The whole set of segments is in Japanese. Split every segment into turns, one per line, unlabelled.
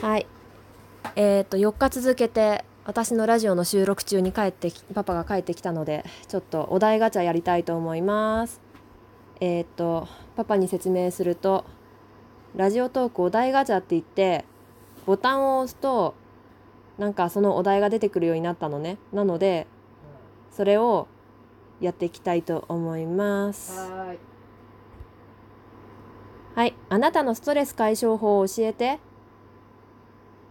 はいえっ、と4日続けて私のラジオの収録中に帰ってきパパが帰ってきたのでちょっとお題ガチャやりたいと思いますえっ、とパパに説明するとラジオトークお題ガチャって言ってボタンを押すとなんかそのお題が出てくるようになったのねなのでそれをやっていきたいと思います
はーい。
はいあなたのストレス解消法を教えて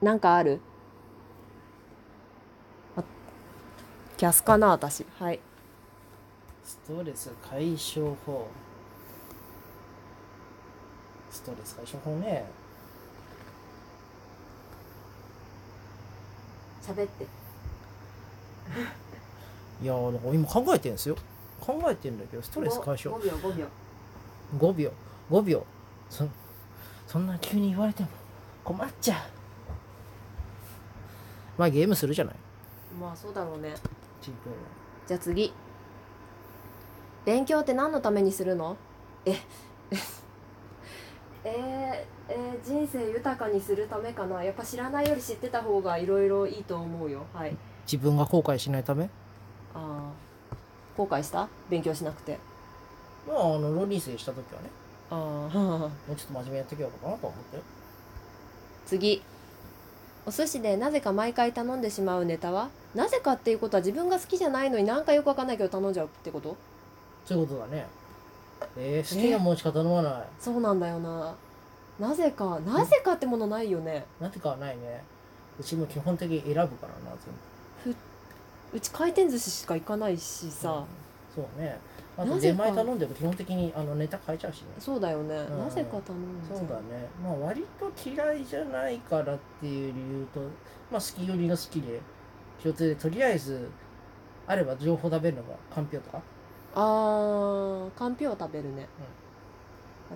なんかあるあキャスかな私はい
ストレス解消法。ストレス解消法ね。
喋って
いやー、なんか今考えてんですよ。考えてんだけど、ストレス解消
5。秒5秒
5秒、5秒。そそんな急に言われても困っちゃう。まあゲームするじゃない。
まあそうだろうね
チープ
じゃあ次勉強って何のためにするのえ えー、えー人生豊かにするためかなやっぱ知らないより知ってた方がいろいろいいと思うよはい
自分が後悔しないため
あー後悔した勉強しなくて
まあ、あの、論理性した時はね、
ああ
もうちょっと真面目にやっていけばよかなとは思ってよ。
次お寿司でなぜか毎回頼んでしまうネタはなぜかっていうことは自分が好きじゃないのになんかよくわかんないけど頼んじゃうってこと
そういうことだね。えー、好きなもんしか頼まない。
そうなんだよななぜかなぜかってものないよね
なんてかはないね。うちも基本的に選ぶからな、全部。
うち回転寿司しか行かないしさ、
うんそうね。あ
な
と
ぜ
出
か
前頼んでも基本的にあのネタ変えちゃうしね。
そうだよね、
うん
なぜか頼んじ
そ
ゃ
う
う
だね。まあ割と嫌いじゃないからっていう理由と、まあ好き寄りが好きで、共通でとりあえず、あれば情報食べるのがかんぴょうとか。
あーかんぴょう食べるね、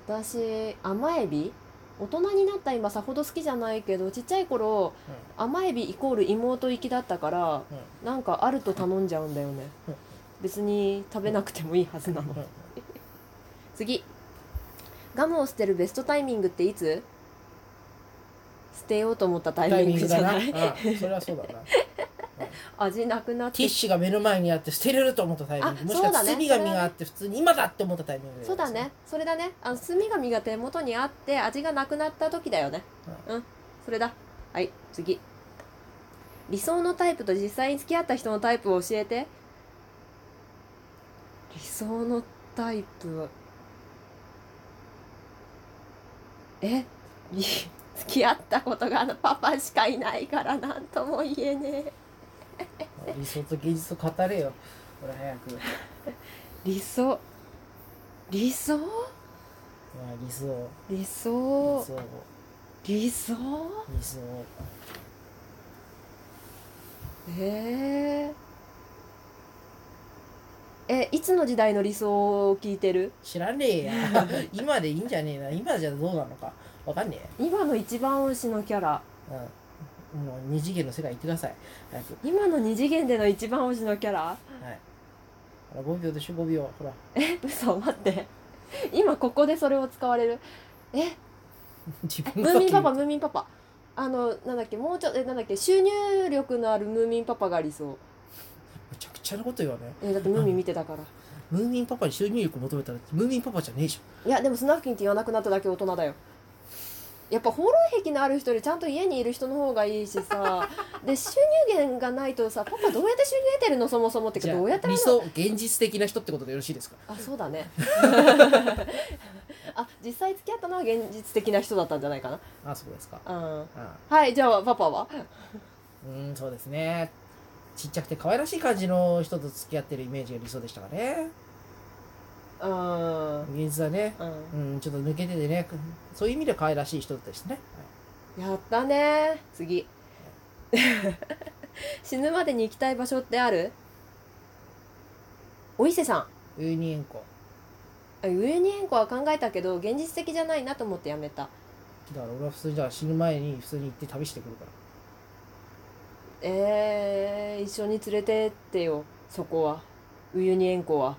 私甘エビ大人になった今さほど好きじゃないけどちっちゃい頃甘エビイコール妹行きだったから、
う
なんかあると頼んじゃうんだよね、
うん
別に食べなくてもいいはずなの、
うん
次ガムを捨てるベストタイミングっていつ捨てようと思ったタ
タ
イ
イ
ミ
ミ
ング
ング
じゃ
だ
な
な。
い
うんそれはそうだな。
味なくなっ
ティ
て
ッシュが目の前にあって捨てれると思ったタイミング。
あ
もしくは
そうだね
包み紙があって普通に今だって思ったタイミング。
そうだね。それだねあの墨紙が手元にあって味がなくなった時だよねうんそれだはい次理想のタイプと実際に付き合った人のタイプを教えて理想のタイプえ り付き合ったことがあのパパしかいないから何とも言えねえ
理想と現実を語れよ。ほら早く。
理想理想
まあ理想。
理
理
想
想。
理想
理想。
へええいつの時代の理想を聞いてる
知らねえや今でいいんじゃねえな今じゃどうなのかわかんね
今の一番推しのキャラ
え、うん、もう二次元の世界行ってください早く
今の二次元での一番推しのキャラ
はいほら5秒でしょ5秒ほら
え嘘待って今ここでそれを使われるえ
自分
ムーミンパパムーミンパパあのなんだっけもうちょっとえなんだっけ収入力のあるムーミンパパが理想
めちゃくちゃなこと言わね
えだってムーミン見てたから
ムーミンパパに収入力求めたらムーミンパパじゃねえじ
いやでもスナフキンって言わなくなっただけ大人だよやっぱ放浪癖のある人よりちゃんと家にいる人の方がいいし さで収入源がないとさパパどうやって収入得てるのそもそもって
ゃんじ
か
ゃ
どうやっ
あ
てな
理
の
想現実的な人ってことでよろしいですか
あそうだね あ実際付き合ったのは現実的な人だったんじゃないかな
あそうですか
うん
あ
はいじゃあパパは
うんそうですねちっちゃくて可愛らしい感じの人と付き合ってるイメージが理想でしたかね
うん
現実はね
うん
うんちょっと抜けててねそういう意味で可愛らしい人ですね、はい
やったね次 死ぬまでに行きたい場所ってあるお伊勢さん
ウユニ塩湖
あウユニ塩湖は考えたけど現実的じゃないなと思ってやめた
だから俺は普通にじゃあ死ぬ前に普通に行って旅してくるから
えー、一緒に連れてってよそこはウユニ塩湖は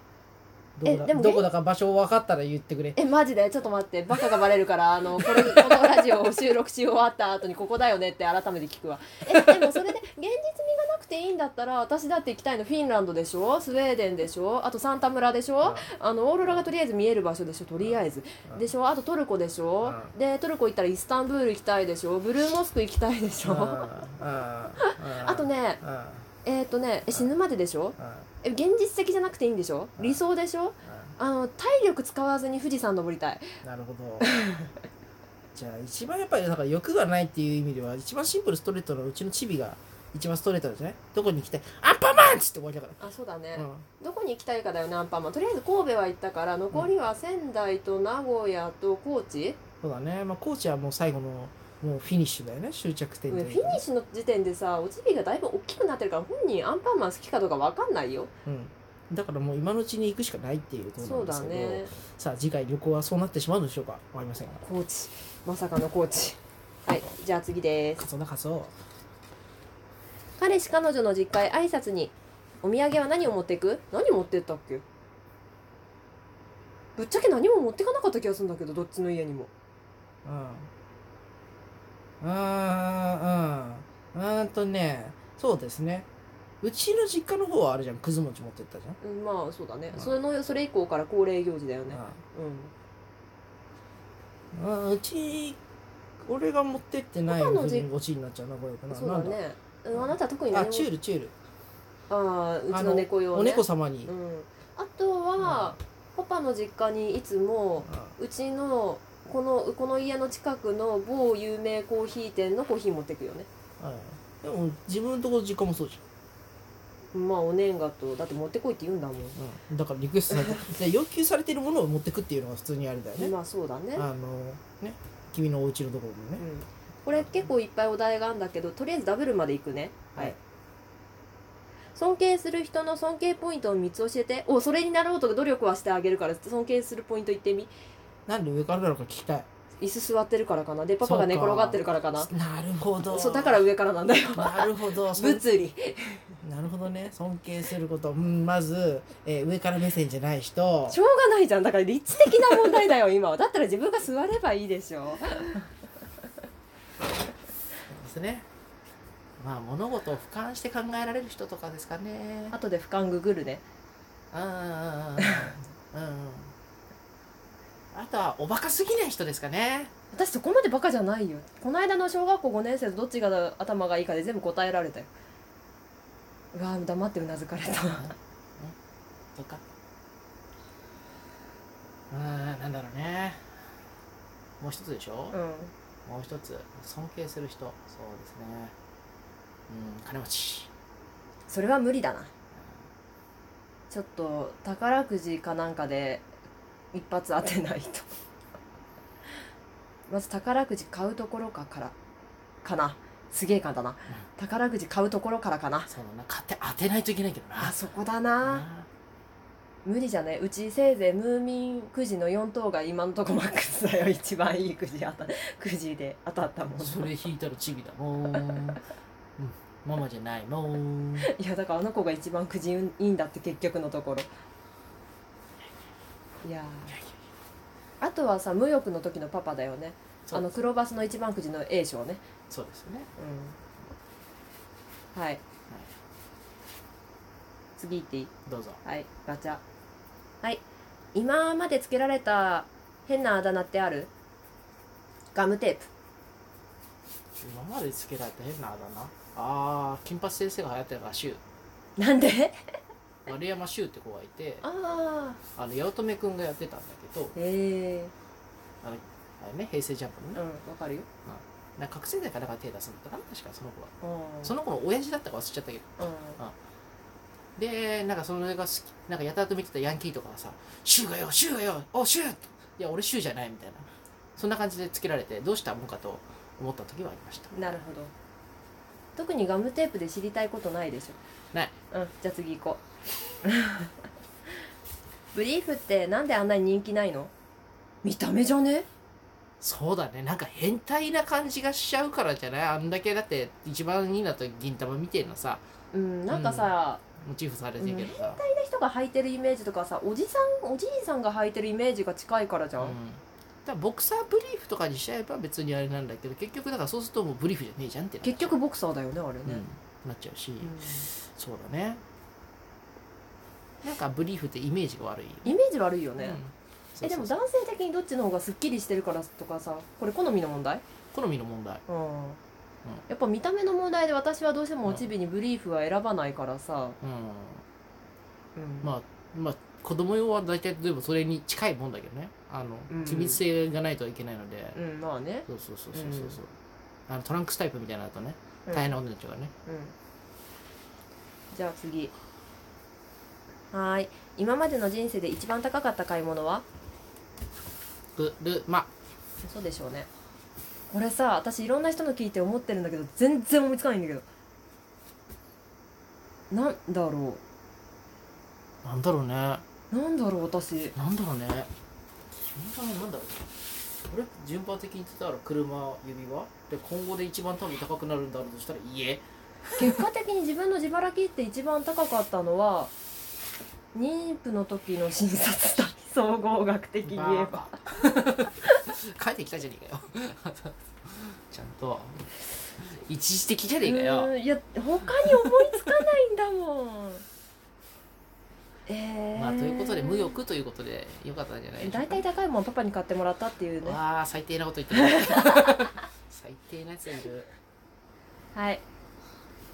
どこだ
えでも
どこだか場所分かったら言ってくれ
えマジでちょっと待ってバカがバレるからあの これこのラジオを収録し終わった後にここだよねって改めて聞くわえでもそれで現実味がなくていいんだったら私だって行きたいのフィンランドでしょスウェーデンでしょあとサンタ村でしょあのオーロラがとりあえず見える場所でしょとりあえず
うん
でしょあとトルコでしょ
う
でトルコ行ったらイスタンブール行きたいでしょブルーモスク行きたいでしょあ
あ
とねえっ、とねえ死ぬまででしょえ現実的じゃなくていいんでしょ理想でしょあの体力使わずに富士山登りたい
なるほどじゃあ一番やっぱりだから欲がないっていう意味では一番シンプルストレートのうちのチビが一番ストレートなんじゃないどこに行きたいアンパンマンっつって終わりだか
あそうだね、
ら、うん
どこに行きたいかだよねアンパンマンとりあえず神戸は行ったから残りは仙台と名古屋と高知、
そうだねまあコーチはもう最後のもうフィニッシュだよね終着点
ね
で、
フィニッシュの時点でさおちびがだいぶ大きくなってるから本人アンパンマン好きかどうかわかんないよ
うん、だからもう今のうちに行くしかないっていうことな
そ
ん
う
で
だ
すけど
ね
さあ次回旅行はそうなってしまうのでしょうかわかりませんが
高知まさかの高知はいじゃあ次です
カツオだカツオ
彼氏彼女の実家へ挨拶にお土産は何を持っていく何持ってったっけぶっちゃけ何も持ってかなかった気がするんだけどどっちの家にも
うんうんうんうんとねそうですねうちの実家の方はあれじゃんくず餅持ってったじゃん
うんまあそうだね
うん
そのそれ以降から恒例行事だよねうん
うんうち俺が持ってってない
パパの
うち
実
にごちになっちゃうなこれかな
そうだ
なん
ね。うん、あなたは特に
だあ
何も
チュールチュール
ああう
あ
ちの猫用ね。
お猫様に、
うん。あとは、パパの実家にいつも
う
うちのこのこの家の近くの某有名コーヒー店のコーヒー持ってくよね。
んうんでも自分のところ実家もそうじ
まあお年賀とだって持ってこいって言うんだもん。
ゃん、うん、だからリクエストさ れてで要求されてるものを持ってくっていうのが普通にあれだよね、
まあそうだね。
あのね君のお家のところも
う
ね、
ん。これ結構いっぱいお題があるんだけどとりあえずダブルまで行くね。はい。
はい
尊敬する人の尊敬ポイントを3つ教えておそれになろうと努力はしてあげるから尊敬するポイント言ってみ
なんで上からなのか聞きたい
椅子座ってるからかなでパパが寝
そうか
転がってるからかな
なるほど
そうだから上からなんだよ
なるほどそん
物理
なるほどね尊敬すること、うん、まず、えー上から目線じゃない人
しょうがないじゃんだから立地的な問題だよ今はだったら自分が座ればいいでしょ
そうですねまあ物事を俯瞰して考えられる人とかですか ね
後で俯瞰ググるね
あうんうんうんうんあとはおバカすぎない人ですかね
私そこまでバカじゃないよこの間の小学校5年生とどっちが頭がいいかで全部答えられたようわー黙ってうなずかれた
とかうんなんだろうねもう一つでしょ、
うん
もう一つ尊敬する人そうですねうん金持ち
それは無理だなちょっと宝くじかなんかで一発当てないとまず宝くじ買うところかからかなすげえ簡単な宝くじ買うところからかな
そうだな買って当てないといけないけどな
あそこだな無理じゃねうちせいぜいムーミンくじの4等が今のとこマックスだよ 一番いいくじ当たくじで当たったもん
それ引いたらチビだもん、うん、ママじゃないもん
いやだからあの子が一番くじいいんだって結局のところいやーあとはさ無欲の時のパパだよねあの黒バスの一番くじの A 賞ね
そうですね
うんはい次行っていい
どうぞ
はいガチャはい今までつけられた変なあだ名ってあるガムテープ
今までつけられた変なあだ名あー金八先生が流行ってたからシュ
なんで
ウ丸山シュウって子がいて
ああ
あの八乙女君がやってたんだけど
へ え
あのあれね平成ジャンプの
うん
ね、
わかるよ
なんか覚醒剤かなんか手出すんだったかな確かその子は
うん
その子の親父だったか忘れちゃったけど
うん
でなんかその映画好きなんかやたらと見てたヤンキーとかがさ「シュウがよシュウがよおシュウ!」いや俺シュウじゃない」みたいなそんな感じでつけられてどうしたもんかと思った時はありました
なるほど特にガムテープで知りたいことないでしょ
ない
うんじゃあ次行こ うブリーフってなんであんなに人気ないの見た目じゃね
そうだねなんか変態な感じがしちゃうからじゃないあんだけだって一番いいなと銀玉みてえなさ
うんなんかさ、
モチーフされてるけどさ、
変な人が履いてるイメージとかさおじさんおじいさんが履いてるイメージが近いからじゃん、
うんだからボクサーブリーフとかにしちゃえば別にあれなんだけど結局だからそうするともうブリーフじゃねえじゃんってなっちゃう
結局ボクサーだよねあれね、
うん、なっちゃうし、
うん
そうだねなんかブリーフってイメージが悪いよ
イメージ悪いよね、
うんそうそうそう
えでも男性的にどっちの方がすっきりしてるからとかさこれ好みの問題、
好みの問題
うんやっぱ見た目の問題で私はどうしてもおちびにブリーフは選ばないからさ、
うん
うん
まあまあ子供用は大体例えばそれに近いもんだけどねあの、
うん
機密性がないといけないので、
うんまあね、
そうそうそうそうそうそうあのトランクスタイプみたいなのだとね
うん
大変なことになっちゃうからね、
うん、じゃあ次はーい今までの人生で一番高かった買い物は
ぐるま
そうでしょうねこれさ私いろんな人の聞いて思ってるんだけど全然思いつかないんだけどなんだろ
なんだろうねな
うなんだろう私
んだろうね順番なんだろうね俺順番的に言ってたら車指輪で今後で一番多分高くなるんだろうとしたら家
結果的に自分の自腹切って一番高かったのは妊婦の時の診察だ総合学的に言えば
バーカ 帰ってきたじゃねえかよ ちゃんと一時的じゃねえか
うー
よ
んいや他に思いつかないんだもん えー、
まあということで無欲ということでよかったんじゃないでしょう
大
か
体高いもんパパに買ってもらったっていうね
わあ最低なこ と言ってる最低なやつがいる
はい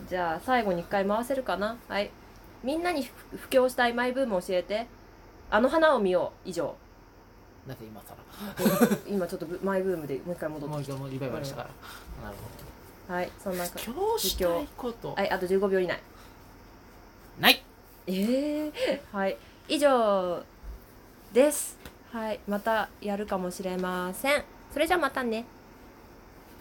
じゃあ最後に一回回せるかなはいみんなに布布教したいマイブーム教えてあの花を見よう以 上
なんで今更
今ちょっとブマイブームでもう一回戻
も
っ
う
てき
一回もうリバイバルしたから、なる
たはいそんな感
ほど今日したいこと
はいあと15秒以内
ない
ええはい以上ですはいまたやるかもしれませんそれじゃあまたね